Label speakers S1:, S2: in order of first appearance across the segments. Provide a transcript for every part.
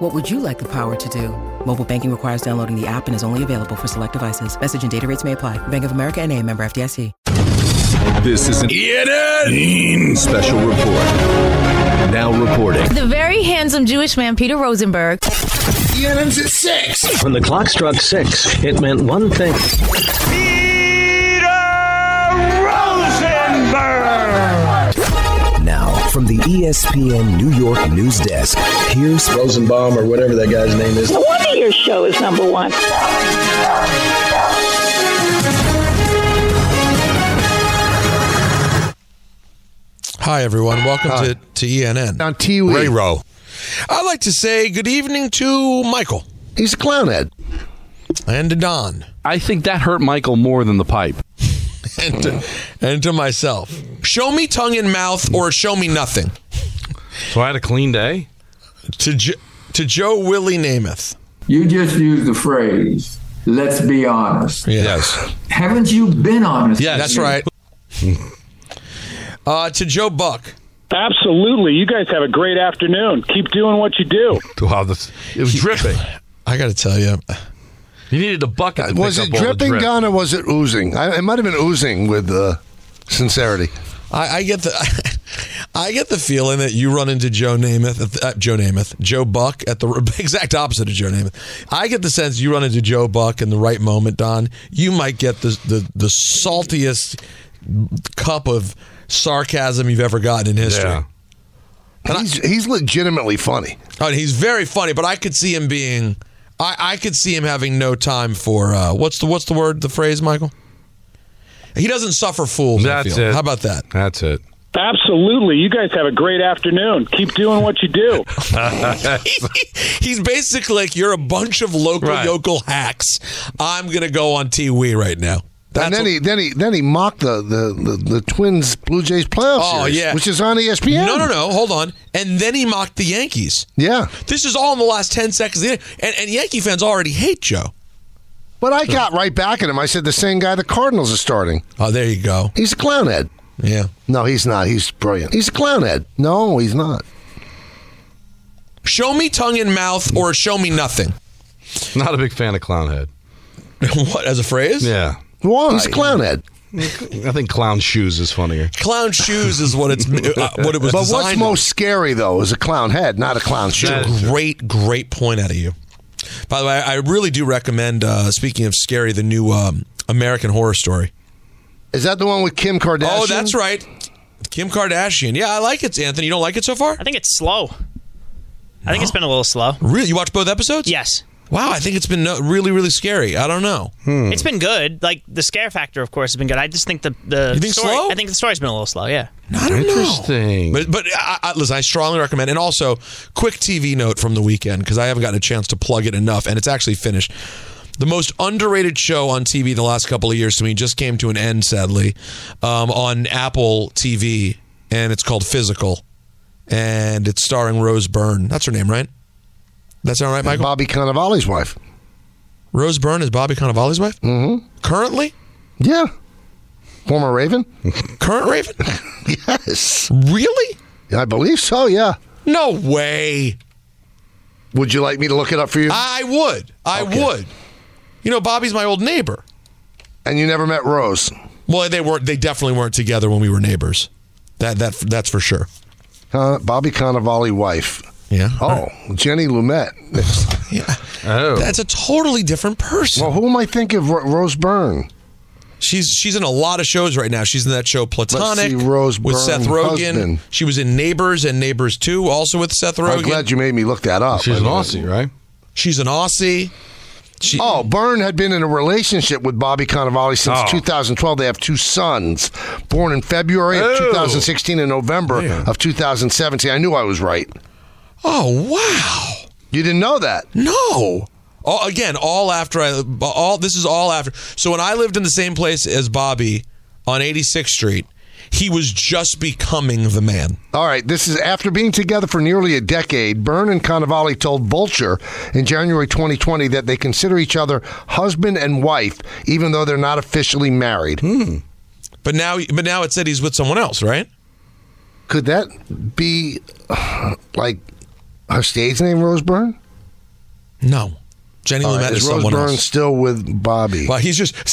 S1: What would you like the power to do? Mobile banking requires downloading the app and is only available for select devices. Message and data rates may apply. Bank of America and a member FDIC.
S2: This is an ENN special report. Now reporting.
S3: The very handsome Jewish man, Peter Rosenberg.
S4: E
S5: ENN's at 6.
S6: When the clock struck six, it meant one thing.
S2: Now, from the
S6: E
S2: ESPN New York News Desk, here's
S4: Rosenbaum or whatever that guy's name is.
S7: No wonder your show is number one.
S8: Hi, everyone. Welcome to, to ENN.
S5: On TV.
S8: Ray Rowe. I'd like to say good evening to Michael
S5: He's a clownhead.
S8: and to Don
S9: I think that hurt Michael more than the pipe.
S8: and to, and to myself. Show me tongue and mouth or show me nothing.
S9: So I had a clean day.
S8: To, jo- to Joe Willie Namath.
S10: You just used the phrase, let's be honest.
S8: Yes.
S10: Haven't you been honest?
S8: Yeah, that's right. Uh, to Joe Buck.
S11: Absolutely. You guys have a great afternoon. Keep doing what you do.
S9: Wow, this it was dripping.
S8: I got to tell you,
S9: You needed a bucket. To
S5: Was
S9: pick up
S5: it
S9: all the
S5: dripping,
S9: drip.
S5: Don, or was it oozing? I, it might have been oozing with uh, sincerity.
S8: I, I get the I get the feeling that you run into Joe Namath, at the- uh, Joe Namath, Joe Buck at the exact opposite of Joe Namath. I get the sense you run into Joe Buck in the right moment, Don. You might get the the, the saltiest cup of sarcasm you've ever gotten in history.
S9: Yeah.
S5: He's, he's legitimately funny.
S8: Oh, and he's very funny, but I could see him being I, I could see him having no time for uh, what's the what's the word the phrase, Michael? He doesn't suffer fools. I
S9: That's
S8: feel.
S9: it.
S8: How about that?
S9: That's it.
S11: Absolutely. You guys have a great afternoon. Keep doing what you do.
S8: He's basically like you're a bunch of local
S9: Right.
S8: yokel hacks. I'm gonna go on TV right now.
S5: and then
S8: what-
S5: he then he then he mocked the the, the, the Twins Blue Jays playoff
S8: Oh,
S5: series,
S8: yeah.
S5: which is on E ESPN.
S8: no, no, no. Hold on. And then he mocked the Yankees.
S5: Yeah,
S8: This is all in the last ten seconds. And, and Yankee fans already hate Joe.
S5: but I got right back at him. I said the same guy the Cardinals are starting.
S8: Oh, there you go.
S5: He's a clownhead.
S8: Yeah.
S5: No, he's not. He's brilliant. He's a clownhead. No, he's not.
S8: Show me tongue and mouth, or show me nothing.
S9: Not a big fan of clownhead.
S8: what as a phrase?
S9: Yeah,
S5: Why? He's a clownhead.
S9: I think clown shoes is funnier.
S8: Clown shoes is what it's uh, what it was.
S5: But what's
S8: designed
S5: most scary though is a clown head, not a clown shoe.
S9: That-
S8: as. Great, great point out of you. By the way, I really do recommend. Uh, speaking of scary, the new um, American Horror Story.
S5: Is that the one with Kim Kardashian?
S8: Oh, that's right. Kim Kardashian. Yeah, I like it, Anthony. You don't like it so far?
S12: I think it's slow. I think it's been a little slow.
S8: Really? You watch both episodes?
S12: Yes.
S8: Wow, I think it's been uh, really, really scary. I don't know.
S12: It's been good. Like the scare factor of course has been good. I just think the the
S8: You think
S12: story
S8: slow?
S12: I think the story's been a little slow, yeah.
S8: I don't
S9: Interesting.
S8: know. But, but I, I, listen, I strongly recommend. And also, quick TV note from the weekend because I haven't gotten a chance to plug it enough, and it's actually finished. The most underrated show on TV the last couple of years to me just came to an end, sadly, um, on Apple TV, and it's called Physical, and it's starring Rose Byrne. That's her name, right? That sound right, Michael?
S5: Bobby Cannavale's wife.
S8: Rose Byrne is Bobby Cannavale's wife. Mm-hmm. Currently,
S5: Yeah. Former Raven?
S8: current Raven.
S5: yes.
S8: really?
S5: I believe so, yeah.
S8: No way.
S5: Would you like me to look it up for you?
S9: Ah.
S8: I would. I would. You know, Bobby's my old neighbor.
S5: and you never met Rose.
S8: Well, they weren't. They definitely weren't together when we were neighbors. That that that's for sure.
S5: Uh, Bobby Cannavale wife.
S8: Yeah.
S5: Oh, Jenny Lumet.
S8: Yeah.
S9: Oh,
S8: That's a totally different person.
S5: well, who am I thinking of? Ro- Rose Byrne.
S8: she's she's in a lot of shows right now. She's in that show Platonic
S5: see, Rose
S8: with
S5: Byrne,
S8: Seth Rogen.
S5: husband.
S8: She was in Neighbors and Neighbors 2 also with Seth
S5: I'm
S8: Rogen.
S5: glad you made me look that up.
S9: she's
S5: I
S9: an
S5: mean,
S9: Aussie, right?
S8: she's an Aussie. She,
S5: Oh, Byrne had been in a relationship with Bobby Cannavale since
S9: Oh.
S5: 2012. They have two sons, born in February of
S9: Oh.
S5: 2016 and November of 2017. I knew I was right.
S8: oh wow.
S5: You didn't know that.
S8: No. All, again, all after I all this is all after. So when I lived in the same place as Bobby, on 86th Street, he was just becoming the man.
S5: All right, this is after being together for nearly a decade. Byrne and Cannavale told Vulture in January 2020 that they consider each other husband and wife, even though they're not officially married.
S8: But now, but now it said he's with someone else, right?
S5: Could that be like her stage name, Rose Byrne?
S8: No, Jenny
S5: All right,
S8: Lumet is
S5: is Rose
S8: someone
S5: Byrne
S8: else.
S5: still with Bobby?
S8: Well, he's just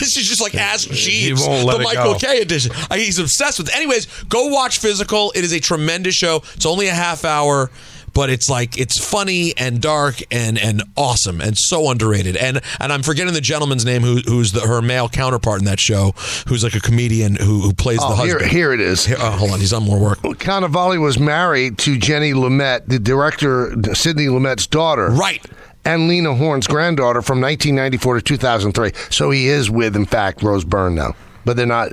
S8: this is just like Ask Jeeves,
S9: won't let
S8: the
S9: it
S8: Michael
S9: go.
S8: K edition. I- He's obsessed with. It. Anyways, go watch Physical. It is a tremendous show. It's only a half hour, but it's like it's funny and dark and and awesome and so underrated. And and I'm forgetting the gentleman's name who who's the, her male counterpart in that show, who's like a comedian who who plays the
S5: Oh, here,
S8: husband.
S5: here it is.
S8: Here- oh, hold on, he's on more work.
S5: Cannavale was married to Jenny Lumet, the director Sidney Lumet's daughter.
S8: Right.
S5: And Lena Horne's granddaughter from 1994 to 2003. So he is with, in fact, Rose Byrne now, but they're not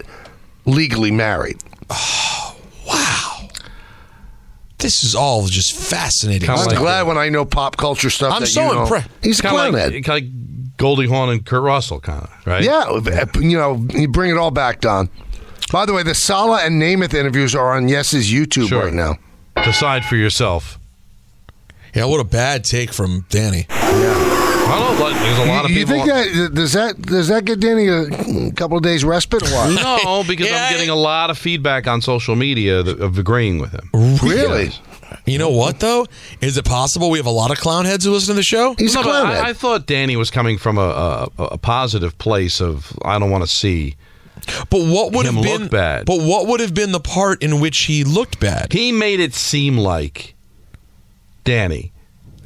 S5: legally married.
S8: This is all just fascinating.
S9: Kinda
S5: I'm
S8: stuff.
S9: like-
S5: glad when I know pop culture stuff.
S8: I'm
S5: that
S8: so
S5: you know.
S8: impressed.
S5: He's a
S9: kind of
S5: clown
S9: like,
S5: head.
S9: kinda like Goldie Hawn and Kurt Russell, kind of right?
S5: Yeah, you know, you bring it all back, Don. By the way, the Sala and Namath interviews are on Yes's YouTube
S9: Sure.
S5: right now.
S9: Decide for yourself.
S8: yeah, what a bad take from Danny.
S9: I don't know. Like, there's a lot of
S5: you
S9: people.
S5: think that does that does that get Danny a couple of days respite? Or what?
S9: no, because
S8: Yeah,
S9: I'm getting a lot of feedback on social media th- of agreeing with him.
S5: Really?
S9: Yes.
S8: You know what though? Is it possible we have a lot of clown heads who listen to the show?
S5: He's
S9: No,
S5: a
S9: but
S5: clown
S9: I, I
S5: head.
S9: thought Danny was coming from a, a, a positive place of I don't want to see.
S8: But what would
S9: Him
S8: have been
S9: look bad.
S8: But what would have been the part in which he looked bad?
S9: He made it seem like Danny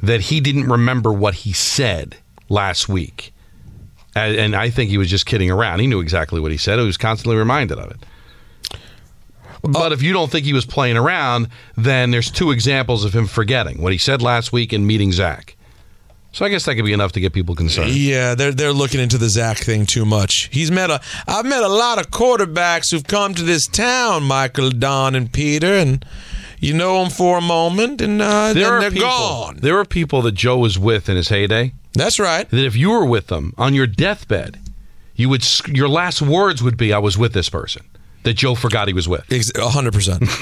S9: that he didn't remember what he said last week, and, and I think he was just kidding around. He knew exactly what he said. He was constantly reminded of it. But if you don't think he was playing around, then there's two examples of him forgetting what he said last week and meeting Zach. So I guess that could be enough to get people concerned.
S8: Yeah, they're they're looking into the Zach thing too much. He's met a I've met a lot of quarterbacks who've come to this town, Michael, Don, and Peter, and you know them for a moment, and uh, then they're
S9: people,
S8: gone.
S9: There are people that Joe was with in his heyday
S8: That's right.
S9: that if you were with them on your deathbed, you would sc- your last words would be, "I was with this person that Joe forgot he was with."
S8: Ex- a hundred percent.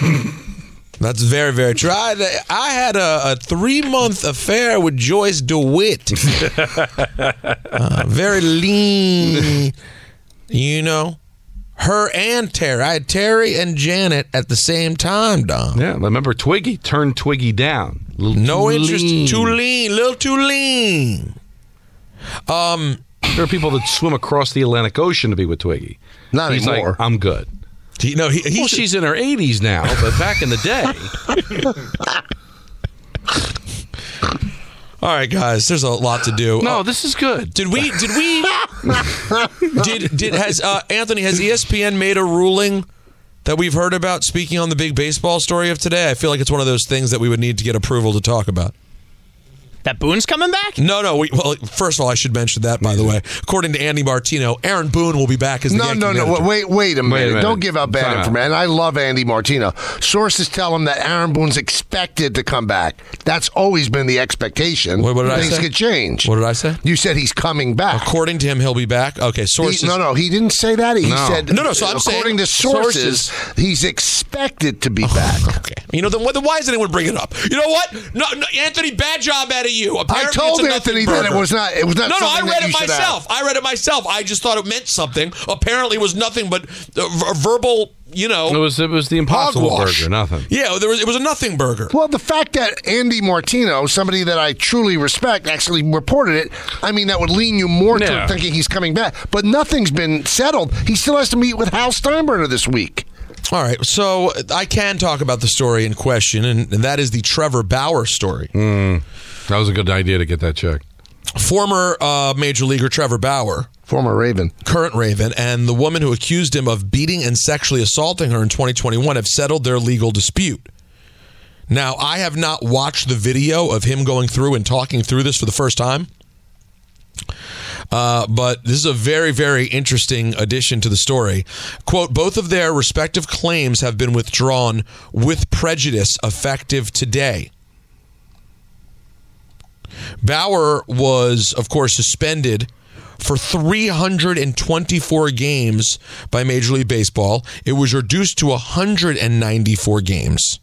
S8: That's very, very true. I, I had a, a three-month affair with Joyce DeWitt. Uh, very lean, you know. Her and Terry. I had Terry and Janet at the same time, Don.
S9: Yeah, remember Twiggy turned Twiggy down. Little
S8: No
S9: too
S8: interest.
S9: lean.
S8: Too lean. Little too lean.
S9: There are people that swim across the Atlantic Ocean to be with Twiggy.
S5: Not
S9: He's
S5: anymore.
S9: like, I'm good.
S8: He, no, he, he
S9: Well,
S8: should-
S9: she's in her 80s now, but back in the day,
S8: All right, guys. There's a lot to do.
S9: no,
S8: Uh,
S9: this is good.
S8: Did we? Did we? did did has uh, Anthony has ESPN made a ruling that we've heard about? Speaking on the big baseball story of today, I feel like it's one of those things that we would need to get approval to talk about.
S12: That Boone's coming back?
S8: No, no. We, well, first of all, I should mention that by the way. According to Andy Martino, Aaron Boone will be back as the
S5: No,
S8: Yankee
S5: no, no.
S8: manager.
S5: Wait, wait a minute.
S9: minute.
S5: Don't give out bad
S9: Time out.
S5: information. And I love Andy Martino. Sources tell him that Aaron Boone's expected to come back. That's always been the expectation.
S8: Wait, what did I
S5: Things
S8: say?
S5: could change.
S8: What did I say?
S5: You said he's coming back.
S8: According to him, he'll be back. Okay,
S5: He-
S8: sources.
S5: no, no, he didn't say that. He
S9: No.
S5: said,
S8: No, no, so I'm saying
S5: according to sources, he's expected to be back.
S8: Okay. You know, then, why- then why is anyone bringing it up? You know what? No, no Anthony, bad job out of you. Apparently
S5: I told
S8: it's a
S5: Anthony
S8: nothing
S5: that it
S8: burger.
S5: was not. It was not.
S8: No, no, I
S5: something that
S8: read
S5: you
S8: it
S5: should ask.
S8: myself. I read it myself. I just thought it meant something. Apparently, it was nothing but uh, ver- verbal. You
S9: It
S8: know,
S9: was it was the Impossible
S8: Hogwash.
S9: Burger, nothing.
S8: yeah, there was. It was a nothing burger.
S5: Well, the fact that Andy Martino, somebody that I truly respect, actually reported it, I mean, that would lean you more
S9: Yeah.
S5: to thinking he's coming back. But nothing's been settled. He still has to meet with Hal Steinbrenner this week.
S8: All right, so I can talk about the story in question, and, and that is the Trevor Bauer story.
S9: Mm. That was a good idea to get that checked.
S8: Former uh, major leaguer Trevor Bauer.
S5: Former Raven.
S8: current Raven and the woman who accused him of beating and sexually assaulting her in 2021 have settled their legal dispute. Now, I have not watched the video of him going through and talking through this for the first time. Uh, but this is a very, very interesting addition to the story. Quote Both of their respective claims have been withdrawn with prejudice effective today. Bauer was, of course, suspended for 324 games by Major League Baseball. It was reduced to 194 games.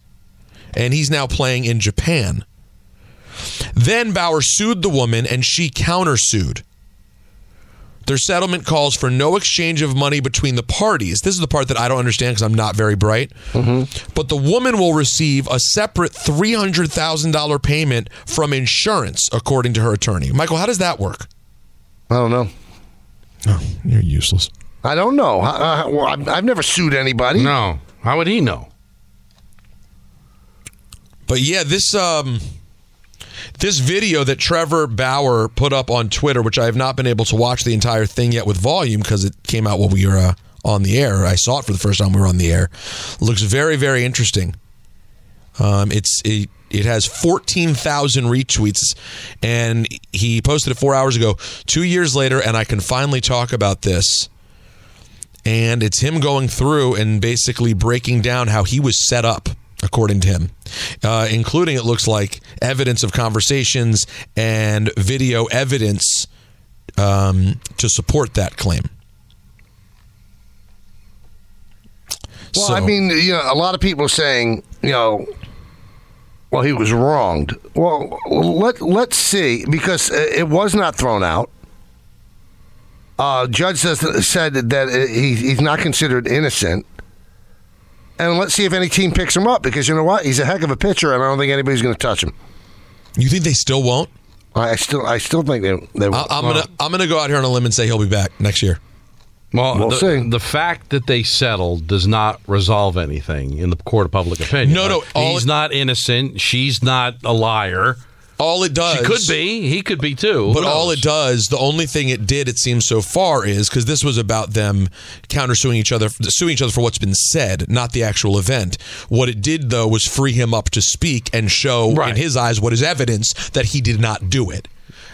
S8: And he's now playing in Japan. Then Bauer sued the woman and she countersued. Their settlement calls for no exchange of money between the parties. This is the part that I don't understand because I'm not very bright. But the woman will receive a separate $300,000 payment from insurance, according to her attorney. Michael, how does that work?
S5: I don't know.
S8: Oh, you're useless.
S5: I don't know. I, I, well, I've I've never sued anybody.
S9: No. How would he know?
S8: But yeah, this um this video that Trevor Bauer put up on Twitter, which I have not been able to watch the entire thing yet with volume because it came out while we were uh, on the air. I saw it for the first time we were on the air. Looks very very interesting. Um, it's it, it has 14,000 retweets, and he posted it four hours ago. Two years later, and I can finally talk about this. And it's him going through and basically breaking down how he was set up, according to him, uh, including it looks like evidence of conversations and video evidence um, to support that claim.
S5: Well,
S8: So-
S5: I mean, you know, a lot of people are saying, you know, well, he was wronged. Well, let let's see because uh, it was not thrown out. Uh, judge says said that uh, he, he's not considered innocent, and let's see if any team picks him up because you know what, he's a heck of a pitcher, and I don't think anybody's going to touch him.
S8: You think they still won't?
S5: I I still, I still think they. they
S8: I, I'm gonna I'm gonna go out here on a limb and say he'll be back next year.
S9: Well,
S5: We'll
S9: the,
S5: see.
S9: the fact that they settled does not resolve anything in the court of public opinion.
S8: No, no, all-
S9: he's not innocent. She's not a liar.
S8: All it does
S9: She could be. He could be too. Who
S8: But all
S9: knows?
S8: it does, the only thing it did, it seems so far, is because this was about them countersuing each other, suing each other for what's been said, not the actual event. What it did, though, was free him up to speak and show, in
S9: Right.
S8: his eyes, what is evidence that he did not do it.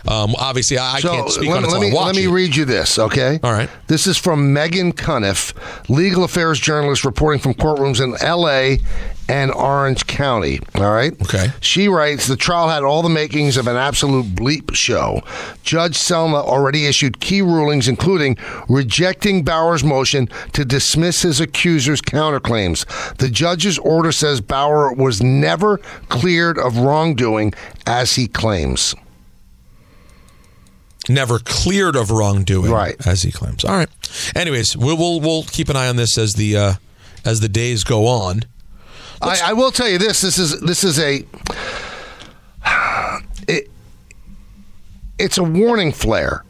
S8: Um, obviously, I, I
S5: So,
S8: can't speak
S5: let,
S8: on it
S5: let
S8: until
S5: me,
S8: I watch
S5: let me
S8: it.
S5: read you this, okay?
S8: All right.
S5: This is from Megan Cuniff, legal affairs journalist reporting from courtrooms in L.A. and Orange County. All right.
S8: Okay.
S5: She writes the trial had all the makings of an absolute bleep show. Judge Selma already issued key rulings, including rejecting Bauer's motion to dismiss his accuser's counterclaims. The judge's order says Bauer was never cleared of wrongdoing as he claims.
S8: Never cleared of wrongdoing,
S5: Right.
S8: As he claims. All right. Anyways, we'll we'll, we'll keep an eye on this as the uh, as the days go on.
S5: I, I will tell you this. This is this is a it, it's a warning flare.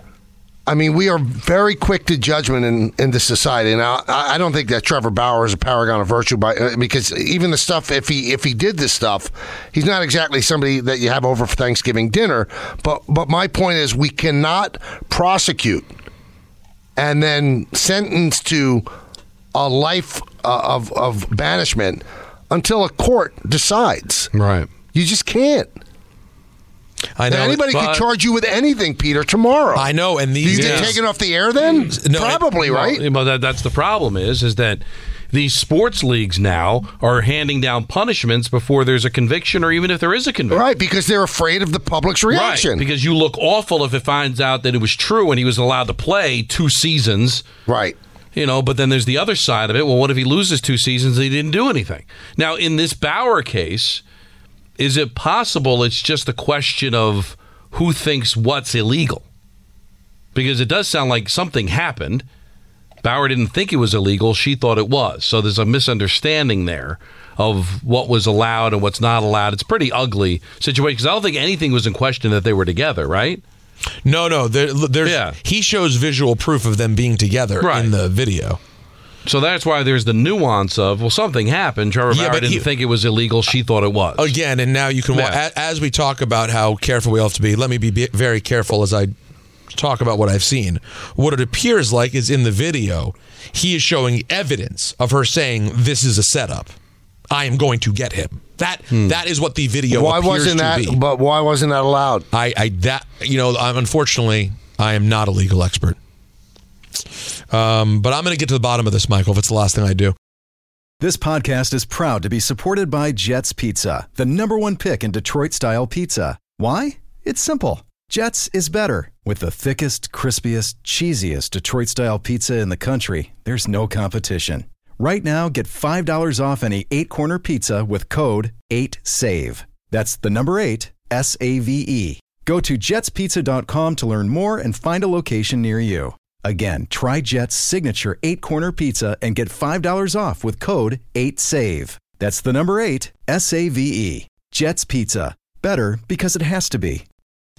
S5: I mean, we are very quick to judgment in, in this society. Now, I, I don't think that Trevor Bauer is a paragon of virtue, by uh, because even the stuff if he if he did this stuff, he's not exactly somebody that you have over for Thanksgiving dinner. But but my point is, we cannot prosecute and then sentenced to a life uh, of of banishment until a court decides.
S9: Right.
S5: You just can't.
S8: I
S5: Now,
S8: know
S5: anybody could
S9: but-
S5: charge you with anything, Peter, tomorrow.
S8: I know, and
S5: Do you
S8: these
S5: get
S8: days-
S5: taken off the air then?
S8: No,
S5: Probably, right?
S9: Well, that, that's the problem is is that these sports leagues now are handing down punishments before there's a conviction or even if there is a conviction.
S5: right, because they're afraid of the public's reaction.
S9: Right, because you look awful if it finds out that it was true and he was allowed to play two seasons.
S5: Right.
S9: You know, but then there's the other side of it. Well, what if he loses two seasons and he didn't do anything? Now, in this Bauer case, is it possible it's just a question of who thinks what's illegal? Because it does sound like something happened. Bauer didn't think it was illegal. She thought it was. So there's a misunderstanding there of what was allowed and what's not allowed. It's a pretty ugly situation because I don't think anything was in question that they were together, right?
S8: No, no. There, there's,
S9: Yeah.
S8: He shows visual proof of them being together
S9: Right.
S8: in the video.
S9: So that's why there's the nuance of, well, something happened. Trevor
S8: Yeah,
S9: Bauer
S8: but
S9: didn't
S8: he- Oh,
S9: think it was illegal. She thought it was.
S8: Again, and now you can, wa-
S9: Yeah.
S8: a- as we talk about how careful we all have to be, let me be be very careful as I talk about what I've seen. What it appears like is in the video, he is showing evidence of her saying, This is a setup. I am going to get him. That That is what the video
S5: Hmm. why
S8: appears
S5: wasn't
S8: to
S5: that?
S8: be.
S5: But why wasn't that allowed?
S8: I, I that you know, I'm unfortunately I am not a legal expert. Um, but I'm going to get to the bottom of this, Michael. If it's the last thing I do,
S13: This podcast is proud to be supported by Jets Pizza, the number one pick in Detroit style pizza. Why? It's simple. Jets is better. With the thickest, crispiest, cheesiest Detroit style pizza in the country, there's no competition. Right now, get $5 off any eight corner pizza with code 8SAVE. That's the number eight, S A V E. Go to jetspizza.com to learn more and find a location near you. Again, try Jet's signature eight corner pizza and get $5 off with code 8SAVE. That's the number eight, S A V E. Jet's Pizza. Better because it has to be.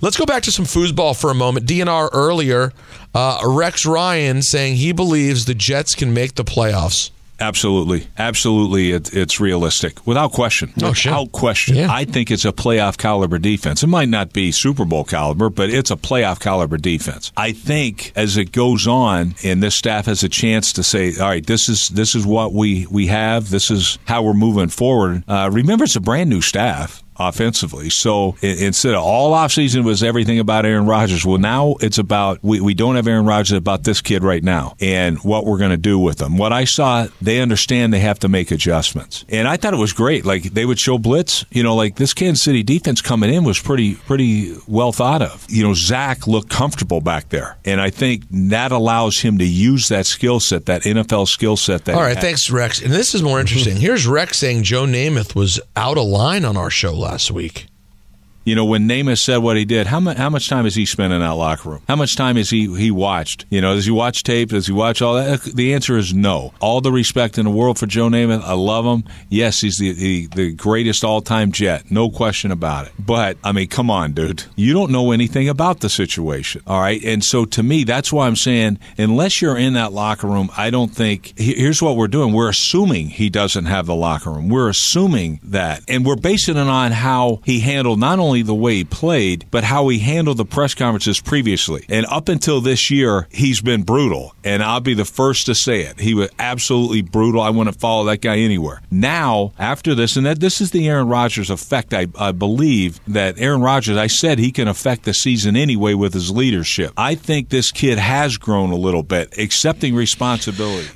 S8: Let's go back to some foosball for a moment. DNR earlier, uh, Rex Ryan saying he believes the Jets can make the playoffs.
S14: Absolutely, absolutely, it, it's realistic without question.
S8: Oh,
S14: without
S8: sure.
S14: question, I think it's a playoff caliber defense. It might not be Super Bowl caliber, but it's a playoff caliber defense. I think as it goes on, and this staff has a chance to say, "All right, this is this is what we we have. This is how we're moving forward." Uh, remember, it's a brand new staff offensively. So i- instead of all offseason was everything about Aaron Rodgers, well, now it's about we, we don't have Aaron Rodgers, about this kid right now and what we're going to do with them. What I saw, they understand they have to make adjustments. And I thought it was great. Like they would show blitz, you know, like this Kansas City defense coming in was pretty, pretty well thought of. You know, Zach looked comfortable back there. And I think that allows him to use that skill set, that NFL skill set that
S8: All
S14: he
S8: right,
S14: has.
S8: thanks, Rex. And this is more interesting. Here's Rex saying Joe Namath was out of line on our show last week.
S14: You know, when Namath said what he did, how much how much time has he spent in that locker room? How much time has he he watched? You know, does he watch tape? Does he watch all that? The answer is no. All the respect in the world for Joe Namath. I love him. Yes, he's the the, the greatest all time Jet, no question about it. But I mean, come on, dude, you don't know anything about the situation, all right? And so to me, that's why I'm saying unless you're in that locker room, I don't think he- here's what we're doing. We're assuming he doesn't have the locker room. We're assuming that, and we're basing it on how he handled not only the way he played, but how he handled the press conferences previously. And up until this year, he's been brutal. And I'll be the first to say it. He was absolutely brutal. I wouldn't follow that guy anywhere. Now, after this, and that this is the Aaron Rodgers effect, I, I believe that Aaron Rodgers, I said he can affect the season anyway with his leadership. I think this kid has grown a little bit, accepting responsibility.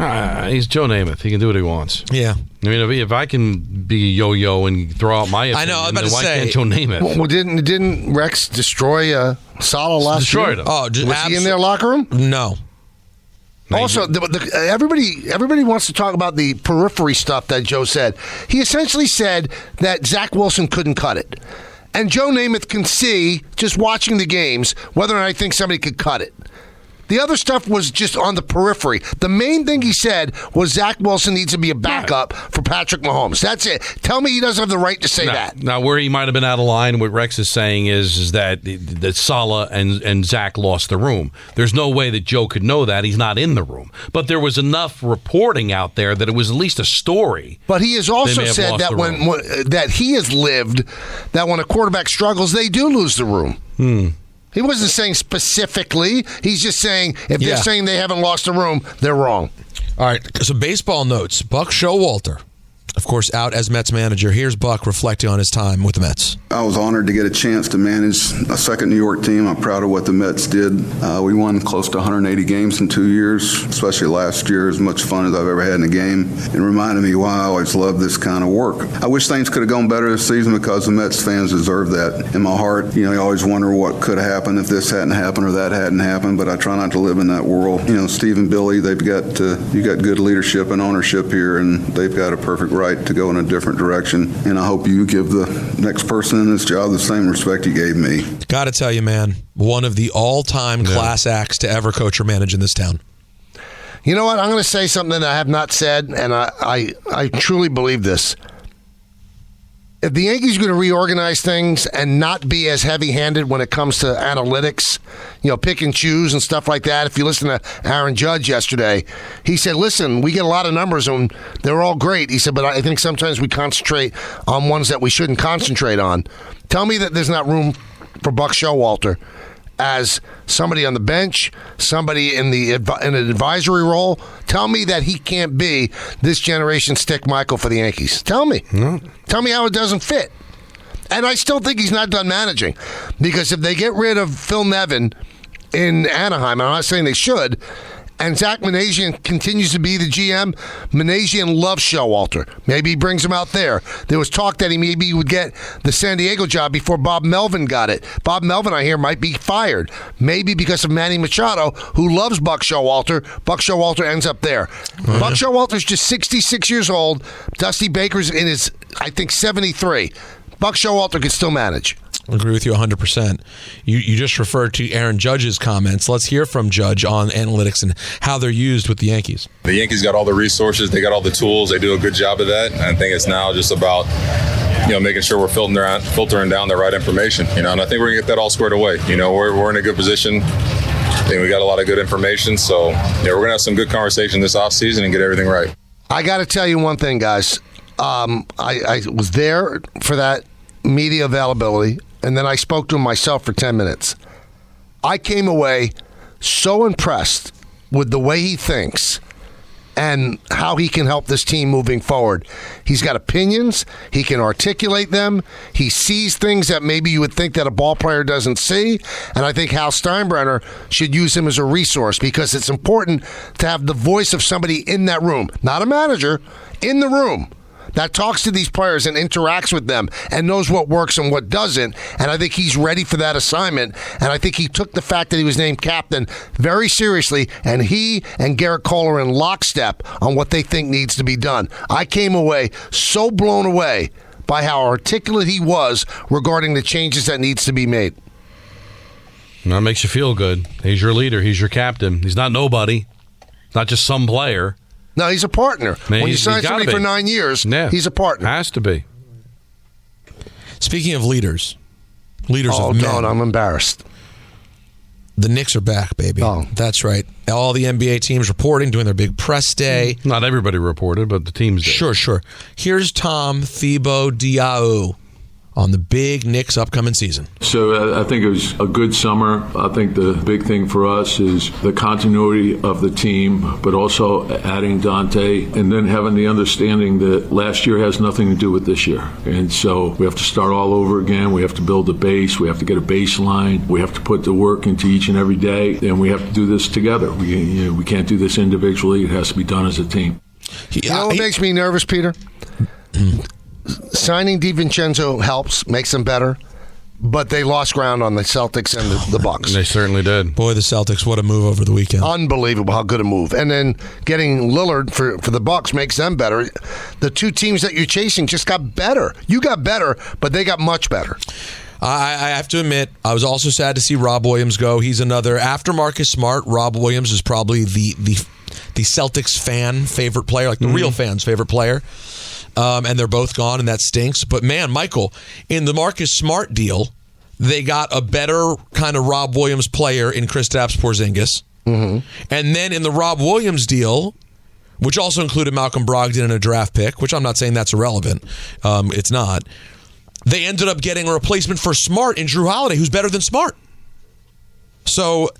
S9: Ah, he's Joe Namath. He can do what he wants.
S8: Yeah.
S9: I mean, if, if I can be a yo-yo and throw out my opinion, then why can't Joe Namath?
S5: Well, well, didn't didn't Rex destroy uh, Salah last
S9: Destroyed
S5: year?
S9: him. Oh,
S5: was
S9: just
S5: he in
S9: abso-
S5: their locker room?
S8: No.
S5: Also, the, the, everybody everybody wants to talk about the periphery stuff that Joe said. He essentially said that Zach Wilson couldn't cut it, and Joe Namath can see just watching the games whether or not I think somebody could cut it. The other stuff was just on the periphery. The main thing he said was Zach Wilson needs to be a backup for Patrick Mahomes. That's it. Tell me he doesn't have the right to say
S9: now,
S5: that.
S9: now, where he might have been out of line, what Rex is saying is, is that that Sala and and Zach lost the room. There's no way that Joe could know that he's not in the room. But there was enough reporting out there that it was at least a story.
S5: But he has
S9: They
S5: also
S9: may have
S5: said
S9: lost
S5: that
S9: the
S5: when,
S9: room.
S5: when uh, that he has lived that when a quarterback struggles, they do lose the room.
S9: Hmm.
S5: He wasn't saying specifically. He's just saying if
S8: Yeah.
S5: they're saying they haven't lost the room, they're wrong.
S8: All right, so baseball notes. Buck Showalter, of course, out as Mets manager. Here's Buck reflecting on his time with the Mets.
S15: I was honored to get a chance to manage a second New York team. I'm proud of what the Mets did. Uh, we won close to 180 games in two years, especially last year. As much fun as I've ever had in a game, and reminded me why I always loved this kind of work. I wish things could have gone better this season because the Mets fans deserve that. In my heart, you know, you always wonder what could have happened if this hadn't happened or that hadn't happened. But I try not to live in that world. You know, Steve and Billy, they've got uh, you got good leadership and ownership here, and they've got a perfect right to go in a different direction. And I hope you give the next person in this job the same respect you gave me.
S8: Got to tell you, man, one of the all-time class acts to ever coach or manage in this town.
S5: You know what? I'm going to say something that I have not said, and I I, I truly believe this. If the Yankees are going to reorganize things and not be as heavy-handed when it comes to analytics, you know, pick and choose and stuff like that. If you listen to Aaron Judge yesterday, he said, "Listen, we get a lot of numbers and they're all great." He said, "But I think sometimes we concentrate on ones that we shouldn't concentrate on." Tell me that there's not room for Buck Showalter as somebody on the bench, somebody in the advi- in an advisory role. Tell me that he can't be this generation stick Michael for the Yankees. Tell me. Tell me how it doesn't fit. And I still think he's not done managing because if they get rid of Phil Nevin in Anaheim, I'm not saying they should, And Zach Manasian continues to be the GM. Manasian loves Showalter. Maybe he brings him out there. There was talk that he maybe would get the San Diego job before Bob Melvin got it. Bob Melvin, I hear, might be fired. Maybe because of Manny Machado, who loves Buck Showalter. Buck Showalter ends up there. Buck Showalter's just 66 years old. Dusty Baker's in his, I think, 73. Buck Showalter could still manage.
S8: I agree with you 100%. You, you just referred to Aaron Judge's comments. Let's hear from Judge on analytics and how they're used with the Yankees.
S16: The Yankees got all the resources, they got all the tools, they do a good job of that. And I think it's now just about you know making sure we're filtering down, filtering down the right information. You know, and I think we're gonna get that all squared away. You know, we're, we're in a good position. I think we got a lot of good information, so yeah, we're gonna have some good conversation this offseason and get everything right.
S5: I got to tell you one thing, guys. Um, I, I was there for that media availability, and then I spoke to him myself for 10 minutes. I came away so impressed with the way he thinks and how he can help this team moving forward. He's got opinions, he can articulate them, he sees things that maybe you would think that a ball player doesn't see, and I think Hal Steinbrenner should use him as a resource because it's important to have the voice of somebody in that room, not a manager, in the room that talks to these players and interacts with them and knows what works and what doesn't. And I think he's ready for that assignment. And I think he took the fact that he was named captain very seriously. And he and Garrett Cole are in lockstep on what they think needs to be done. I came away so blown away by how articulate he was regarding the changes that needs to be made.
S9: And that makes you feel good. He's your leader, he's your captain. He's not nobody, not just some player.
S5: No, he's a partner.
S9: Man,
S5: when you
S9: he's-
S5: sign
S9: he's gotta
S5: somebody
S9: be.
S5: for nine years,
S9: Yeah.
S5: he's a partner.
S9: Has to be.
S8: Speaking of leaders, leaders
S5: Oh,
S8: of men.
S5: don't. I'm embarrassed.
S8: The Knicks are back, baby.
S5: Oh.
S8: That's right. All the NBA teams reporting, doing their big press day.
S9: Not everybody reported, but the teams did.
S8: Sure, sure. Here's Tom Thibault Diao on the big Knicks upcoming season.
S17: So uh, I think it was a good summer. I think the big thing for us is the continuity of the team, but also adding Dante and then having the understanding that last year has nothing to do with this year. And so we have to start all over again. We have to build a base. We have to get a baseline. We have to put the work into each and every day, and we have to do this together. We, you know, we can't do this individually. It has to be done as a team.
S5: You know what makes me nervous, Peter? Signing DiVincenzo helps, makes them better, but they lost ground on the Celtics and the, the Bucks.
S9: They certainly did.
S8: Boy, the Celtics, what a move over the weekend.
S5: Unbelievable how good a move. And then getting Lillard for, for the Bucks makes them better. The two teams that you're chasing just got better. You got better, but they got much better.
S8: I, I have to admit, I was also sad to see Rob Williams go. He's another after Marcus Smart. Rob Williams is probably the the the Celtics fan favorite player, like the real fans favorite player. Um, and they're both gone, and that stinks. But man, Michael, in the Marcus Smart deal, they got a better kind of Rob Williams player in Kristaps Porzingis, and then in the Rob Williams deal, which also included Malcolm Brogdon and a draft pick, which I'm not saying that's irrelevant. Um, it's not. They ended up getting a replacement for Smart in Drew Holiday, who's better than Smart. So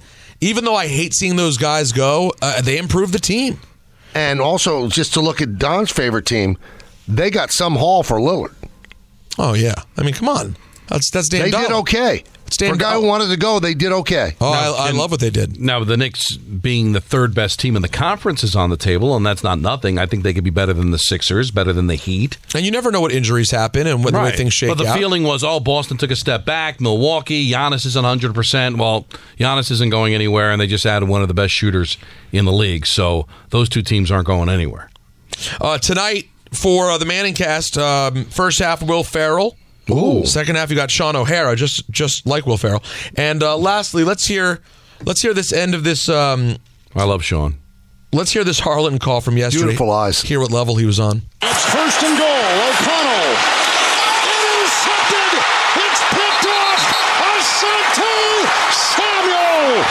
S8: even though I hate seeing those guys go, uh, they improved the team.
S5: And also, just to look at Don's favorite team, they got some haul for Lillard.
S8: Oh yeah, I mean, come on, that's that's Dan
S5: They
S8: Dahl.
S5: did okay.
S8: Dan
S5: for a guy
S8: Dahl.
S5: who wanted to go, they did okay.
S8: Oh, I, I love what they did.
S9: Now, the Knicks being the third best team in the conference is on the table, and that's not nothing. I think they could be better than the Sixers, better than the Heat.
S8: And you never know what injuries happen and what the way things shake
S9: But the
S8: out.
S9: feeling was, oh, Boston took a step back. Milwaukee, Giannis isn't 100%. Well, Giannis isn't going anywhere, and they just added one of the best shooters in the league. So those two teams aren't going anywhere.
S8: Uh, tonight for uh, the Manning cast, um, first half Will Farrell. Second half you got Sean O'Hara, just just like Will Farrell. And uh, lastly, let's hear let's hear this end of this. Um,
S9: I love Sean.
S8: Let's hear this Harlan call from yesterday.
S5: Beautiful eyes.
S8: Hear what level he was on.
S18: It's first and goal. O'Connell. Intercepted. It's picked off. Asante Samuel.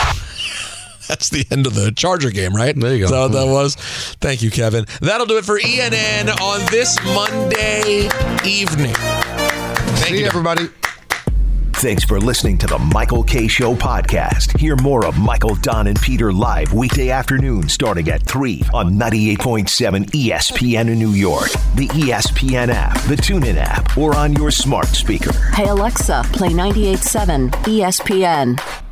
S8: That's the end of the Charger game, right? There you go. So that was. Thank you, Kevin. That'll do it for ENN on this Monday evening. Thank
S5: See
S8: you,
S5: everybody.
S2: Thanks for listening to the Michael K. Show podcast. Hear more of Michael, Don, and Peter live weekday afternoon starting at 3 on 98.7 ESPN in New York, the ESPN app, the TuneIn app, or on your smart speaker.
S19: Hey Alexa, play 98.7 ESPN.